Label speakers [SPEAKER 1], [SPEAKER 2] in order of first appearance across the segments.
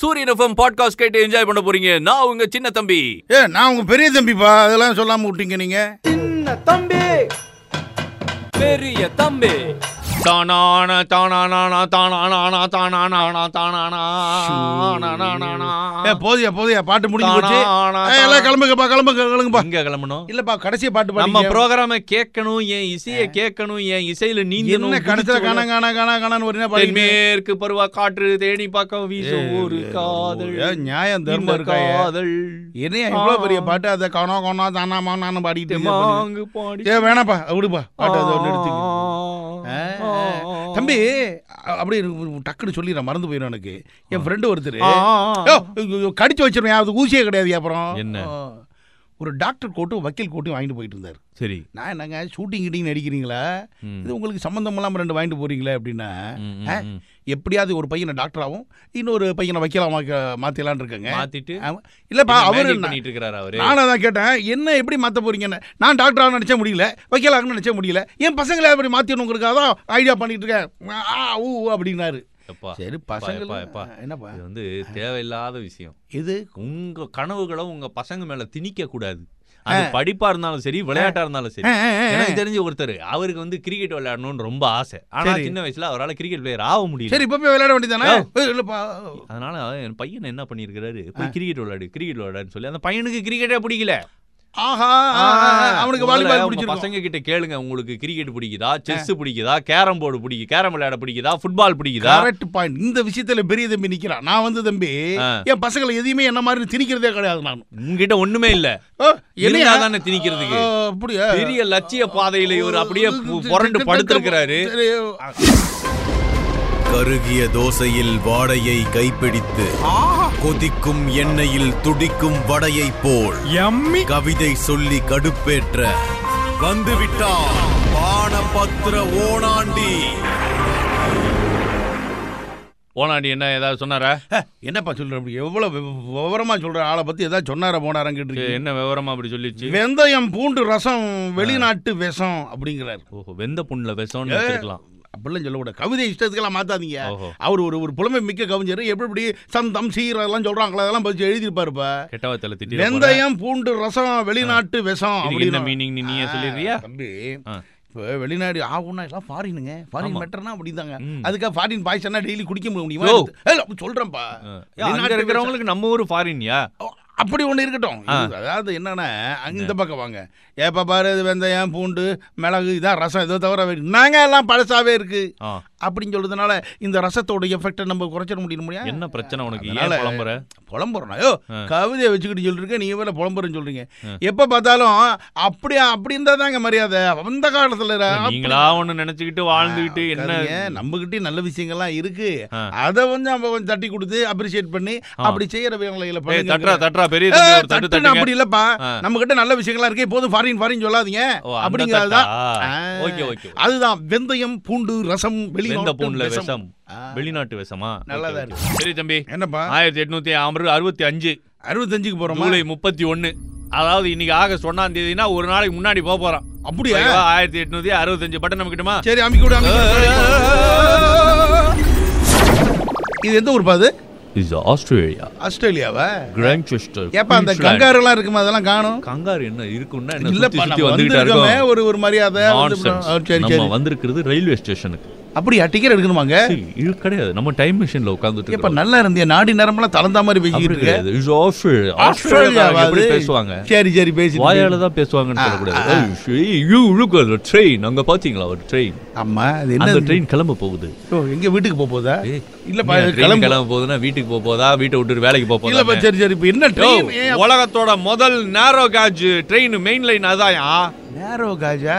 [SPEAKER 1] சூரியன் FM podcast கேட்டு enjoy பண்ண போறீங்க நான் உங்க சின்ன தம்பி
[SPEAKER 2] ஏ நான் உங்க பெரிய தம்பிப்பா அதெல்லாம் சொல்லாம விட்டீங்க நீங்க
[SPEAKER 3] சின்ன தம்பி பெரிய தம்பி
[SPEAKER 1] தானான தானானா தானானா தானானா தானானா
[SPEAKER 2] ஏ போதியா போதியா பாட்டு முடிஞ்சு போச்சு ஏய், எல்லாம் கிளம்புங்கப்பா கிளம்புங்க கிளம்புங்கப்பா
[SPEAKER 1] எங்க கிளம்பணும்
[SPEAKER 2] இல்லப்பா கடைசியா பாட்டு
[SPEAKER 1] நம்ம
[SPEAKER 2] பாடுங்க
[SPEAKER 1] ப்ரோகிராம கேட்கணும் என் இசைய கேட்கணும் என் இசையில நீந்தணும்
[SPEAKER 2] என்ன கடைசியில
[SPEAKER 1] குதிச்சு
[SPEAKER 2] காணா காணா காணா காணான்னு ஒரே பாடி
[SPEAKER 1] தென்மேற்கு பருவா காற்று தேனி பக்கம் வீசும் ஒரு காதல்
[SPEAKER 2] நியாயம் தர்மம்
[SPEAKER 1] இந்த
[SPEAKER 2] இருக்கா
[SPEAKER 1] காதல்
[SPEAKER 2] என்னையா இவ்வளவு பெரிய பாட்டு அதை கணா கணா தானா மானான்னு பாடிக்கிட்டு இது பண்ணுது.
[SPEAKER 1] மாங்கு பாடி
[SPEAKER 2] ஏ வேணாப்பா விடுப்பா பாட்டு அதை ஒன்று எடுத்துக்க ஆ, ஆ. தம்பி அ- அப்படியே எனக்கு டக்குன்னு சொல்லிடுறேன் மறந்து போயிடும் எனக்கு என் ஃப்ரெண்டு ஒருத்தர்
[SPEAKER 1] ஆ, ஆ, ஆ.
[SPEAKER 2] கடிச்சு வச்சிருவேன் அது ஊசியே கிடையாது அப்புறம்
[SPEAKER 1] என்ன?
[SPEAKER 2] ஆ. ஒரு டாக்டர் கோட்டும் வக்கீல் கோட்டும் வாங்கிட்டு போயிட்டு இருந்தார்
[SPEAKER 1] சரி
[SPEAKER 2] நான் என்னங்க ஷூட்டிங் கிட்டிங் நடிக்கிறீங்களா
[SPEAKER 1] ம்.
[SPEAKER 2] இது உங்களுக்கு சம்மந்தம் இல்லாமல் ரெண்டு வாங்கிட்டு போறீங்களே அப்படின்னா
[SPEAKER 1] ம், ம்,
[SPEAKER 2] ஆ,
[SPEAKER 1] ம்.
[SPEAKER 2] எப்படியாவது ஒரு பையனை டாக்டராகவும் இன்னொரு பையனை வக்கீலாக மாத்திரலாம்னு இருக்கேங்க
[SPEAKER 1] மாத்திட்டு
[SPEAKER 2] ஆமா. இல்லப்பா
[SPEAKER 1] என்ன
[SPEAKER 2] அவரு
[SPEAKER 1] magic பண்ணிட்டு இருக்கிறாரு அவரு
[SPEAKER 2] நானும் அதான் கேட்டேன் என்ன எப்படி மாற்ற போறீங்கன்னு நான் டாக்டராக நினச்ச முடியல வக்கீலாக நினச்ச முடியல என் பசங்களை அப்படி மாற்றிடணுங்கிறதுக்காக தான் ஐடியா பண்ணிட்டு இருக்கேன் ஆ, ஆ ஊ ஊ அப்படின்னாரு
[SPEAKER 1] எப்பா,
[SPEAKER 2] சரி
[SPEAKER 1] எப்பா, எப்பா,
[SPEAKER 2] பசங்க
[SPEAKER 1] எப்பா.
[SPEAKER 2] என்னப்பா
[SPEAKER 1] இது வந்து தேவையில்லாத விஷயம்
[SPEAKER 2] இது
[SPEAKER 1] உங்க கனவுகளை உங்க பசங்க மேல திணிக்க கூடாது அது படிப்பா இருந்தாலும் சரி விளையாட்டா இருந்தாலும் சரி
[SPEAKER 2] ஆ, ஆ, ஆ.
[SPEAKER 1] எனக்கு தெரிஞ்ச ஒருத்தர் அவருக்கு வந்து கிரிக்கெட் விளையாடணும்னு ரொம்ப ஆசை ஆனா
[SPEAKER 2] சரி.
[SPEAKER 1] சின்ன வயசுல அவரால கிரிக்கெட் பிளேயர் ஆக முடியல
[SPEAKER 2] சரி இப்போ போய் விளையாட வேண்டியதானே
[SPEAKER 1] ஆ.
[SPEAKER 2] இல்லைப்பா
[SPEAKER 1] அதனால என் பையன் என்ன பண்ணியிருக்கிறாரு போய் கிரிக்கெட் விளையாடு கிரிக்கெட் விளையாடுன்னு சொல்லி அந்த பையனுக்கு கிரிக்கெட்டே பிடிக்கல
[SPEAKER 2] ஆஹா ஆ, ஆ, அவனுக்கு
[SPEAKER 1] முதல்ல
[SPEAKER 2] வாலிபால்
[SPEAKER 1] உங்க
[SPEAKER 2] பிடிச்சிருக்கும்
[SPEAKER 1] பசங்க கிட்ட கேளுங்க உங்களுக்கு கிரிக்கெட் பிடிக்குதா செஸ் பிடிக்குதா கேரம் போர்டு பிடிக்கும் கேரம் விளையாட பிடிக்குதா ஃபுட்பால் பிடிக்குதா
[SPEAKER 2] கரெக்ட் பாயிண்ட் இந்த விஷயத்துல பெரிய தம்பி நிக்கிறான் நான் வந்து தம்பி
[SPEAKER 1] ஆ.
[SPEAKER 2] என் பசங்களை எதையுமே என்ன மாதிரி திணிக்கிறதே கிடையாது நான்
[SPEAKER 1] உங்ககிட்ட ஒண்ணுமே இல்ல
[SPEAKER 2] என்னையா
[SPEAKER 1] தானே திணிக்கிறதுக்கு
[SPEAKER 2] ஆ, அப்படியா
[SPEAKER 1] பெரிய லட்சிய பாதையில இவர் அப்படியே பு- புரண்டு படுத்திருக்கிறாரு
[SPEAKER 2] சரி.
[SPEAKER 4] கருகிய தோசையில் வாடையை கைப்பிடித்து கொதிக்கும் எண்ணெயில் துடிக்கும் வடையைப் போல் கவிதை சொல்லி கடுப்பேற்ற வந்துவிட்டார் பானபத்திர ஓணாண்டி
[SPEAKER 1] ஓனாண்டி என்ன ஏதாவது சொன்னாரா
[SPEAKER 2] ஹே, என்னப்பா சொல்ற அப்படி எவ்வளவு விவ- விவரமா சொல்ற ஆளை பத்தி ஏதாவது சொன்னாரா போனாரங்கிட்டு
[SPEAKER 1] இது
[SPEAKER 2] இருக்கீங்க
[SPEAKER 1] என்ன விவரமா அப்படி சொல்லிச்சு
[SPEAKER 2] வெந்தயம் பூண்டு ரசம் வெளிநாட்டு விஷம் அப்படிங்கிறாரு
[SPEAKER 1] ஓஹோ வெந்த புண்ணுல விஷம்னு வச்சிருக்கலாம்
[SPEAKER 2] அப்படிலாம் சொல்லக்கூடாது கவிதை இஷ்டத்துக்கெல்லாம் மாத்தாதீங்க
[SPEAKER 1] ஓஹோ
[SPEAKER 2] அவர் ஒரு ஒரு புலமை மிக்க கவிஞர் எப்படி இப்படி சந்தம் சீரம் எல்லாம் சொல்றாங்களா அதெல்லாம் பத்தி எழுதியிருப்பாருப்பா
[SPEAKER 1] கெட்டவத்தில திட்டி
[SPEAKER 2] வெந்தயம் பூண்டு ரசம் வெளிநாட்டு விஷம்
[SPEAKER 1] இதுக்கு என்ன
[SPEAKER 2] அப்படின்னு
[SPEAKER 1] மீனிங் நீ நீயே சொல்லிடுறியா
[SPEAKER 2] தம்பி
[SPEAKER 1] ஆ.
[SPEAKER 2] இப்போ வெளிநாடு ஆகும்னா எல்லாம் ஃபாரினுங்க ஃபாரின்
[SPEAKER 1] ஆமா.
[SPEAKER 2] மெட்டர்னா அப்படிதாங்க
[SPEAKER 1] ம்.
[SPEAKER 2] அதுக்காக ஃபாரின் பாய்ச்சனா டெய்லி குடிக்க முடியுமா
[SPEAKER 1] யோ.
[SPEAKER 2] ஏய், அப்படி சொல்றேன்ப்பா
[SPEAKER 1] ஆ. ஏ, அங்க
[SPEAKER 2] வெளிநாட்டு
[SPEAKER 1] இருக்கிறவங்களுக்கு நம்ம ஊர் ஃபாரின்யா
[SPEAKER 2] ஓ, அப்படி ஒன்று இருக்கட்டும்
[SPEAKER 1] ஆ.
[SPEAKER 2] இது அதாவது என்னன்னா அங்க இந்த பக்கம் வாங்க ஏப்பா பாரு இது வெந்தயம் பூண்டு மிளகு இதான் ரசம் இதோ தவிர வேறு நாங்கள் எல்லாம் பழசாவே இருக்கு
[SPEAKER 1] ஆ
[SPEAKER 2] அப்படின்னு சொல்றதுனால இந்த ரசத்தோட எஃபெக்டை நம்ம குறைச்சிட முடியும் முடியாது
[SPEAKER 1] என்ன பிரச்சனை உனக்கு ஏன்
[SPEAKER 2] அதனால-
[SPEAKER 1] புலம்புற
[SPEAKER 2] புலம்புறனாயோ
[SPEAKER 1] ஆ.
[SPEAKER 2] கவிதையை வச்சுக்கிட்டு சொல்லிருக்க நீங்க வேற புலம்புறன்னு சொல்றீங்க
[SPEAKER 1] ஆ.
[SPEAKER 2] எப்போ பார்த்தாலும் அப்படியா அப்படின்றா தாங்க மரியாதை அந்த காலத்துல
[SPEAKER 1] இல்ல, நீங்களா ஒண்ணு நினைச்சுக்கிட்டு வாழ்ந்துகிட்டு என்ன
[SPEAKER 2] நம்மகிட்டே நல்ல விஷயங்கள்லாம் இருக்கு
[SPEAKER 1] ஆ.
[SPEAKER 2] அதை வந்து நம்ம கொஞ்சம் தட்டி கொடுத்து அப்ரிஷியேட் பண்ணி
[SPEAKER 1] ஆ.
[SPEAKER 2] அப்படி செய்யற வேலைகளை
[SPEAKER 1] ஏய், தட்டுறா
[SPEAKER 2] பண்ணுங்க
[SPEAKER 1] தட்டுறா பெரிய
[SPEAKER 2] ஏய்,
[SPEAKER 1] தம்பி, ஒரு தட்டு
[SPEAKER 2] தட்டுன்னு
[SPEAKER 1] தட்டுங்க
[SPEAKER 2] அப்படி இல்லப்பா
[SPEAKER 1] ஆ.
[SPEAKER 2] நம்ம கிட்ட நல்ல விஷயங்களா இருக்கு போதும் ஃபாரின் ஃபாரின் சொல்லாதீங்க
[SPEAKER 1] ஓ, அந்த
[SPEAKER 2] அப்படிங்கறதுதான்
[SPEAKER 1] தட்டா?
[SPEAKER 2] ஆ.
[SPEAKER 1] ஓகே ஓகே
[SPEAKER 2] அதுதான் வெந்தயம் பூண்டு ரசம்
[SPEAKER 1] வெந்த பூண்ல
[SPEAKER 2] வெளிநாட்டு விஷம்.
[SPEAKER 1] விஷம்
[SPEAKER 2] ஆ.
[SPEAKER 1] வெளிநாட்டு விஷமா ஓகே,
[SPEAKER 2] நல்லதா
[SPEAKER 1] ஓகே.
[SPEAKER 2] இருக்கு.
[SPEAKER 1] சரி தம்பி
[SPEAKER 2] என்னப்பா
[SPEAKER 1] ஆயிரத்தி எட்நூத்தி ஐம்பது அறுபத்தி அஞ்சு
[SPEAKER 2] அறுபத்தஞ்சுக்கு போறோமா
[SPEAKER 1] ஜூலை முப்பத்தி ஒண்ணு அதாவது இன்னைக்கு ஆகஸ்ட் ஒண்ணாம் தேதினா ஒரு நாளைக்கு முன்னாடி போக போறோம்
[SPEAKER 2] அப்படியா
[SPEAKER 1] ஆயிரத்தி எட்நூத்தி அறுபத்தஞ்சு பட்டன் நம்ம கிட்டமா
[SPEAKER 2] சரி அமைக்க விடு அமைக்க விடு. இது எந்த ஊர்ப்பா அது
[SPEAKER 1] இது ஆஸ்திரேலியா
[SPEAKER 2] ஆஸ்திரேலியாவா
[SPEAKER 1] கிராங்செஸ்டர்
[SPEAKER 2] ஏப்பா அந்த கங்காருலாம் இருக்குமா அதெல்லாம் காணும்
[SPEAKER 1] கங்காரு என்ன இருக்குன்னா என்ன சுத்தி
[SPEAKER 2] இல்லப்பா
[SPEAKER 1] சுத்தி
[SPEAKER 2] நம்ம
[SPEAKER 1] வந்துகிட்டா
[SPEAKER 2] வந்திருக்கோமே
[SPEAKER 1] இருக்கும்
[SPEAKER 2] ஒரு ஒரு மரியாதை வந்து
[SPEAKER 1] Nonsense.
[SPEAKER 2] ஆ, சரி
[SPEAKER 1] நம்ம
[SPEAKER 2] சரி
[SPEAKER 1] வந்திருக்கிறது ரயில்வே ஸ்டேஷனுக்கு
[SPEAKER 2] அப்படியா டிக்கெட் எடுக்கணுமாங்க
[SPEAKER 1] சரி, இது கிடையாது நம்ம டைம் மிஷின்ல உட்கார்ந்துட்டு
[SPEAKER 2] ஏப்பா
[SPEAKER 1] இருக்கோம்
[SPEAKER 2] நல்லா இருந்தியா நாடி நேரமெல்லாம் தலந்தா மாதிரி
[SPEAKER 1] அப்படி
[SPEAKER 2] பேசிக்கிட்டு இருக்க
[SPEAKER 1] கிடையாது இது ஆஸ்திரேலியா ஆஸ்திரேலியாக்காரங்க எப்படி
[SPEAKER 2] ஆஸ்திரேலியாவாது
[SPEAKER 1] பேசுவாங்க
[SPEAKER 2] சரி சரி பேசி
[SPEAKER 1] வாயால தான் பேசுவாங்கன்னு சொல்லக்கூடாது
[SPEAKER 2] ஆ, ஆ.
[SPEAKER 1] ஏய், ஷேய், you look at the train அங்க பாத்தீங்களா ஒரு ட்ரெயின்
[SPEAKER 2] ஆமா அது என்ன
[SPEAKER 1] அந்த ட்ரெயின் கிளம்ப போகுது
[SPEAKER 2] ஓ, எங்க வீட்டுக்கு போக போதா
[SPEAKER 1] ஏய்,
[SPEAKER 2] இல்லப்பா
[SPEAKER 1] நீ
[SPEAKER 2] இது
[SPEAKER 1] train
[SPEAKER 2] கிளம்பு
[SPEAKER 1] கிளம்ப போகுதுன்னா வீட்டுக்கு போக போதா வீட்டை விட்டு வேலைக்கு போக
[SPEAKER 2] இல்லப்பா
[SPEAKER 1] போதா
[SPEAKER 2] சரி சரி இப்ப என்ன ட்ரெயின் ஏன்
[SPEAKER 1] உலகத்தோட முதல் narrow gauge train main line அதாயா
[SPEAKER 2] நேரோ காஜா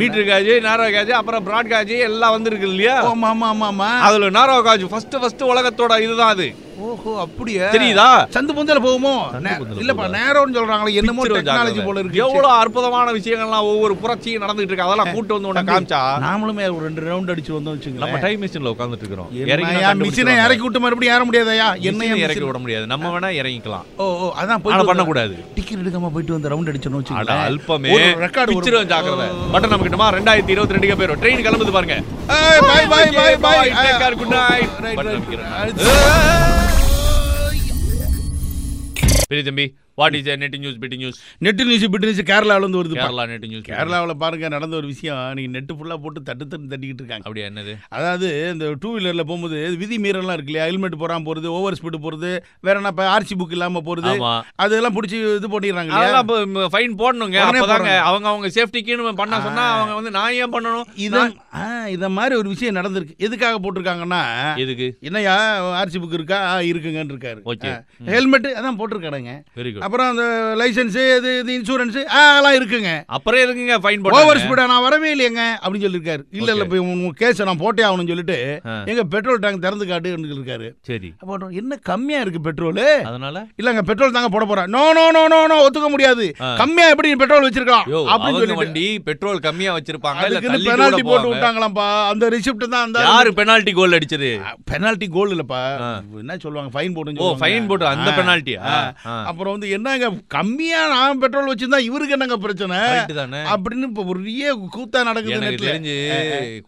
[SPEAKER 1] மீட்டர் காஜ் நேரோ காஜ் அப்புறம் பிராட் காஜ் எல்லாம் வந்திருக்கு இல்லையா
[SPEAKER 2] ஆமா ஆமா ஆமா ஆமா
[SPEAKER 1] அதுல நேரோ காஜ் ஃபர்ஸ்ட் ஃபர்ஸ்ட் உலகத்தோட இதுதான் அது
[SPEAKER 2] ஓஹோ அப்படியா
[SPEAKER 1] தெரியுதா
[SPEAKER 2] சந்து பொந்தல போகுமோ
[SPEAKER 1] சந்து
[SPEAKER 2] நே-
[SPEAKER 1] பொந்தல
[SPEAKER 2] இல்லப்பா
[SPEAKER 1] போகுதா?
[SPEAKER 2] நேரோன்னு சொல்றாங்களே என்னமோ
[SPEAKER 1] Picture
[SPEAKER 2] டெக்னாலஜி
[SPEAKER 1] ஜாக்கிரதை.
[SPEAKER 2] போல இருக்கு
[SPEAKER 1] எவ்வளவு அற்புதமான விஷயங்கள்லாம் ஒவ்வொரு புரட்சியும் நடந்துட்டு இருக்கு அதெல்லாம் கூட்டு வந்து உன்னை
[SPEAKER 2] தம்பி,
[SPEAKER 1] காமிச்சா
[SPEAKER 2] நாமளுமே ஒரு ரெண்டு ரவுண்ட் அடிச்சு வந்தோம்
[SPEAKER 1] நம்ம
[SPEAKER 2] வச்சுங்களேன்
[SPEAKER 1] டைம் மிஷின்ல உட்கார்ந்துட்டு இருக்கிறோம் இறங்கினா
[SPEAKER 2] என்னையா மிஷினை
[SPEAKER 1] கண்டுபிடிச்சிருவாங்க.
[SPEAKER 2] இறக்கி விட்டு மறுபடியும் ஏற முடியாதயா என்னையா
[SPEAKER 1] மிஷினை
[SPEAKER 2] மிஷின்?
[SPEAKER 1] இறக்கி விட முடியாது நம்ம வேணா இறங்கிக்கலாம்
[SPEAKER 2] ஓ ஓ அதான்
[SPEAKER 1] ஆனா
[SPEAKER 2] போய்
[SPEAKER 1] பண்ணக்கூடாது
[SPEAKER 2] டிக்கெட் எடுக்காம போயிட்டு வந்த ரவுண்ட் அடிச்சோம்னு
[SPEAKER 1] அட
[SPEAKER 2] வச்சுங்களேன்
[SPEAKER 1] அல்பமே
[SPEAKER 2] ஒரு ரெக்கார்டு ஒரு-
[SPEAKER 1] பிச்சிரும் ஜாக்கிரதை பட்டன் நம்ம கிட்டமா ரெண்டாயிரத்தி இருபத்தி ரெண்டுக்கு போயிடும் ட்ரெயின் கிளம்புது பாருங்க
[SPEAKER 2] ஏய், bye, bye, bye, bye.
[SPEAKER 1] Take care, good night.
[SPEAKER 2] Right,
[SPEAKER 1] button
[SPEAKER 2] right.
[SPEAKER 1] அமைக்கிறேன்.
[SPEAKER 2] அடுத்து.
[SPEAKER 1] பெரிய தம்பி வாட் இஸ் நெட் நியூஸ் பிடி news
[SPEAKER 2] net news bit news கேரளால இருந்து வருது
[SPEAKER 1] கேரளா நெட் நியூஸ்
[SPEAKER 2] கேரளாவுல பாருங்க நடந்த ஒரு விஷயம் நீங்க நெட்டு ஃபுல்லா போட்டு தட்டு தட்டு தட்டிக்கிட்டு இருக்காங்க
[SPEAKER 1] அப்படியா என்னது
[SPEAKER 2] அதாவது இந்த டூ வீலரில் போகும்போது விதி மீறலாம் இருக்கு இல்லையா ஹெல்மெட் போறாம போறது ஓவர் ஸ்பீடு போறது வேற என்ன இப்போ ஆர்சி புக் இல்லாம போறது
[SPEAKER 1] ஆமா
[SPEAKER 2] அதெல்லாம் பிடிச்சி இது பண்ணிடுறாங்க இல்லையா?
[SPEAKER 1] அதெல்லாம் இப்போ ஃபைன் போடணுங்க
[SPEAKER 2] உடனே
[SPEAKER 1] அப்பதாங்க
[SPEAKER 2] போடணும்.
[SPEAKER 1] அவங்க அவங்க சேஃப்டிக்குன்னு பண்ண சொன்னா அவங்க வந்து நான் ஏன் பண்ணணும்
[SPEAKER 2] இத ஆ, இத மாதிரி ஒரு விஷயம் நடந்திருக்கு எதுக்காக போட்டிருக்காங்கன்னா
[SPEAKER 1] எதுக்கு
[SPEAKER 2] என்னையா ஆர்சி புக் இருக்கா ஆ, இருக்குங்கன்னு இருக்காரு
[SPEAKER 1] ஓகே
[SPEAKER 2] ஹெல்மெட் அதான் போட்டிருக்காருங்க
[SPEAKER 1] வெரி குட்
[SPEAKER 2] அப்புறம் அந்த லைசென்ஸ் இது இது இன்சூரன்ஸ் அதெல்லாம் இருக்குங்க
[SPEAKER 1] அப்புறம் இருக்குங்க ஃபைன்
[SPEAKER 2] ஓவர்
[SPEAKER 1] போட
[SPEAKER 2] ஸ்பீடா நான் வரவே இல்லையங்க அப்படின்னு சொல்லியிருக்காரு இல்ல இல்ல இப்போ உங்க கேஸ் நான் போட்டே ஆகணும்னு சொல்லிட்டு
[SPEAKER 1] ஆ.
[SPEAKER 2] எங்க பெட்ரோல் டேங்க் திறந்து காட்டுன்னு இருக்காரு
[SPEAKER 1] சரி
[SPEAKER 2] அப்போ அவரு, என்ன கம்மியா இருக்கு பெட்ரோல்
[SPEAKER 1] அதனால
[SPEAKER 2] இல்லங்க பெட்ரோல் தாங்க போட போறேன் no no no no no ஒத்துக்க முடியாது
[SPEAKER 1] ஆ.
[SPEAKER 2] கம்மியா எப்படி பெட்ரோல் வச்சிருக்கலாம்
[SPEAKER 1] யோ
[SPEAKER 2] அப்படின்னு
[SPEAKER 1] அவங்க
[SPEAKER 2] சொல்லிட்டு
[SPEAKER 1] வண்டி பெட்ரோல் கம்மியா வச்சிருப்பாங்க இல்ல
[SPEAKER 2] அதுக்கு
[SPEAKER 1] தள்ளி
[SPEAKER 2] பெனால்டி
[SPEAKER 1] போட்டு
[SPEAKER 2] போட்டு விட்டாங்களாம்ப்பா அந்த ரிசிப்ட் தான் அந்த
[SPEAKER 1] யாரு பெனால்டி கோல் அடிச்சது
[SPEAKER 2] பெனால்டி கோல் இல்லப்பா
[SPEAKER 1] ஆ.
[SPEAKER 2] என்ன சொல்லுவாங்க ஃபைன் போட்டு
[SPEAKER 1] ஓ ஃபைன் போட்டு அந்த பெனால்டியா
[SPEAKER 2] அப்புறம் வந்து என்னங்க கம்மியா நான் பெட்ரோல் வச்சிருந்தா இவருக்கு என்னங்க பிரச்சனை
[SPEAKER 1] கரெக்ட் தானே
[SPEAKER 2] அப்படின்னு இப்ப பெரிய கூத்தா நடக்குது
[SPEAKER 1] எனக்கு
[SPEAKER 2] நெட்ல
[SPEAKER 1] தெரிஞ்சு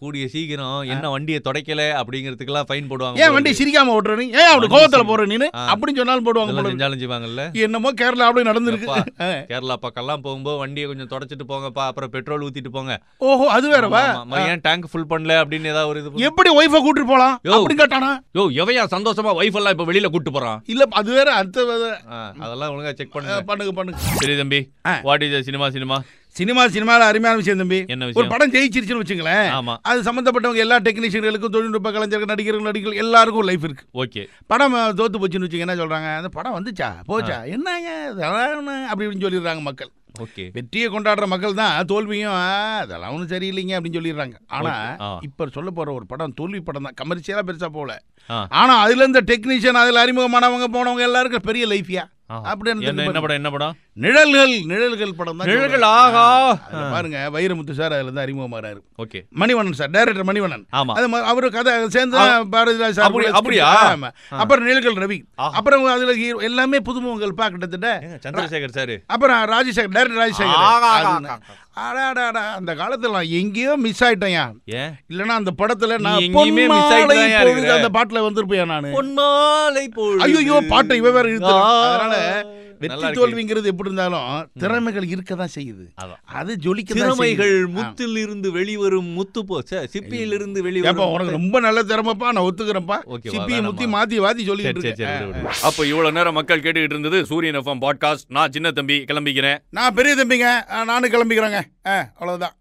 [SPEAKER 1] கூடிய சீக்கிரம் என்ன வண்டியை தொடக்கல அப்படிங்கிறதுக்கெல்லாம் ஃபைன் போடுவாங்க
[SPEAKER 2] ஏன் வண்டி சிரிக்காம ஓட்டுற நீ ஏன் அப்படி கோவத்துல போற நீனு
[SPEAKER 1] ஆ.
[SPEAKER 2] அப்படின்னு சொன்னாலும் போடுவாங்க போல இருக்கு.
[SPEAKER 1] செஞ்சாலும் செய்வாங்கல்ல
[SPEAKER 2] என்னமோ கேரளா அப்படியே நடந்திருக்கு
[SPEAKER 1] எப்பா, கேரளா பக்கம்லாம் போகும்போது வண்டியை கொஞ்சம் தொடச்சிட்டு போங்கப்பா அப்புறம் பெட்ரோல் ஊத்திட்டு போங்க
[SPEAKER 2] ஓஹோ அது வேறவா
[SPEAKER 1] ஆமா, ஆமா. ஏன் டேங்க் ஃபுல் பண்ணல அப்படின்னு ஏதாவது ஒரு இது
[SPEAKER 2] எப்படி ஒய்ஃபை கூட்டிட்டு போலாம்
[SPEAKER 1] யோ.
[SPEAKER 2] அப்படின்னு கேட்டானா
[SPEAKER 1] யோ எவையா சந்தோஷமா வைஃப் எல்லாம் இப்ப வெளியில கூட்டு போறான்
[SPEAKER 2] இல்ல அது வேற அடுத்த வேற.
[SPEAKER 1] ஆ, அதெல்லாம் ஒழுங்கா செக்
[SPEAKER 2] ஆ,
[SPEAKER 1] பண்ணுங்க
[SPEAKER 2] பண்ணுங்க பண்ணுங்க
[SPEAKER 1] சரி தம்பி
[SPEAKER 2] ஆ.
[SPEAKER 1] What is cinema cinema
[SPEAKER 2] cinema சினிமால அருமையான விஷயம் தம்பி
[SPEAKER 1] என்ன
[SPEAKER 2] ஒரு
[SPEAKER 1] விஷயம்
[SPEAKER 2] படம் ஜெயிச்சிருச்சுன்னு வச்சுங்களேன்
[SPEAKER 1] ஆமா
[SPEAKER 2] அது சம்பந்தப்பட்டவங்க எல்லா டெக்னீஷியன்களுக்கும் தொழில்நுட்ப கலைஞர்கள் நடிகர்கள் நடிகர்கள் எல்லாருக்கும் லைஃப் இருக்கு
[SPEAKER 1] ஓகே
[SPEAKER 2] படம் அஹ், தோத்து போச்சுன்னு வச்சுங்க என்ன சொல்றாங்க அந்த படம் வந்துச்சா போச்சா என்னங்க இதெல்லாம் ஒண்ணு அப்படி இப்படின்னு சொல்லிடுறாங்க மக்கள்
[SPEAKER 1] ஓகே
[SPEAKER 2] வெற்றியை கொண்டாடுற மக்கள் தான் தோல்வியும் ஆ, அதெல்லாம் ஒன்றும் சரியில்லைங்க அப்படின்னு சொல்லிடுறாங்க ஆனா
[SPEAKER 1] ஆ.
[SPEAKER 2] இப்ப சொல்ல போற ஒரு படம் தோல்வி படம் தான் கமர்ஷியலா பெருசா போல
[SPEAKER 1] ஆ.
[SPEAKER 2] ஆனா அதுல இருந்த டெக்னீஷியன் அதுல அறிமுகமானவங்க போனவங்க எல்லாருக்கும் பெரிய லைஃபியா அப்படி
[SPEAKER 1] என்ன என்ன படம் என்ன படம்
[SPEAKER 2] நிழல்கள் நிழல்கள் படம் தான்
[SPEAKER 1] நிழல்கள்
[SPEAKER 2] சொல்றாங்க.
[SPEAKER 1] ஆகா.
[SPEAKER 2] அதுல பாருங்க வைரமுத்து சார் அதுல இருந்து அறிமுகமாறாரு
[SPEAKER 1] okay
[SPEAKER 2] Manivannan sir director Manivannan
[SPEAKER 1] ஆமா
[SPEAKER 2] அது மாதிரி அவரு கதை சேர்ந்து தான் பாரதிராஜ் சார்
[SPEAKER 1] அப்படி-
[SPEAKER 2] கூட
[SPEAKER 1] அப்படியா?
[SPEAKER 2] ஆமா. அப்புறம் நிழல்கள் ரவி
[SPEAKER 1] ஆஹா.
[SPEAKER 2] அப்புறம் அதுல hero எல்லாமே புதுமுகங்கள் பா கிட்டத்தட்ட
[SPEAKER 1] ஏங்க, சந்திரசேகர் சார்
[SPEAKER 2] அப்புறம் ராஜசேகர் டைரக்டர்
[SPEAKER 1] ஆகா, ஆகா,
[SPEAKER 2] ராஜசேகர்
[SPEAKER 1] ஆகா.
[SPEAKER 2] அடாடாடா அந்த காலத்துல நான் எங்கேயோ மிஸ் ஆயிட்டேன்யா
[SPEAKER 1] ஏன்
[SPEAKER 2] இல்லனா அந்த படத்துல
[SPEAKER 1] நீ
[SPEAKER 2] நான்
[SPEAKER 1] எங்கேயுமே miss
[SPEAKER 2] பொன்மாலை
[SPEAKER 1] ஆயிட்டுதான்யா
[SPEAKER 2] பொழுது
[SPEAKER 1] இருக்கிற.
[SPEAKER 2] அந்த பாட்டுல வந்திருப்பேன் நானு
[SPEAKER 1] பொன்னாலை பொழுது.
[SPEAKER 2] ஐயோ பாட்டை இவ வேற இழுத்து
[SPEAKER 1] ஆ.
[SPEAKER 2] அதனால
[SPEAKER 1] நல்லா
[SPEAKER 2] வெற்றி
[SPEAKER 1] இருக்கு.
[SPEAKER 2] தோல்விங்கிறது எப்படி இருந்தாலும் திறமைகள் இருக்க தான் செய்யுது
[SPEAKER 1] அதான்.
[SPEAKER 2] அது ஜொலிக்க
[SPEAKER 1] திறமைகள் முத்தில் இருந்து வெளிவரும் முத்து போ சிப்பியில் இருந்து
[SPEAKER 2] ஏப்பா
[SPEAKER 1] வெளிவரும்
[SPEAKER 2] உனக்கு ரொம்ப நல்ல திறமைப்பா நான் ஒத்துக்கிறேன்ப்பா
[SPEAKER 1] Okay, வா,
[SPEAKER 2] சிப்பி
[SPEAKER 1] வேணாம்மா.
[SPEAKER 2] முத்தி மாத்தி வாத்தி
[SPEAKER 1] சரி,
[SPEAKER 2] சொல்லிட்டு
[SPEAKER 1] சரி, சரி,
[SPEAKER 2] இருக்கேன்
[SPEAKER 1] விடு, விடு.
[SPEAKER 5] அப்போ இவ்வளவு நேரம் மக்கள் கேட்டுக்கிட்டு இருந்தது சூரியன் எஃப்எம் பாட்காஸ்ட் நான் சின்ன தம்பி கிளம்பிக்கிறேன்
[SPEAKER 2] நான் பெரிய தம்பிங்க ஆ, நானும் கிளம்பிக்கிறேங்க ஆ, அவ்வளவுதான்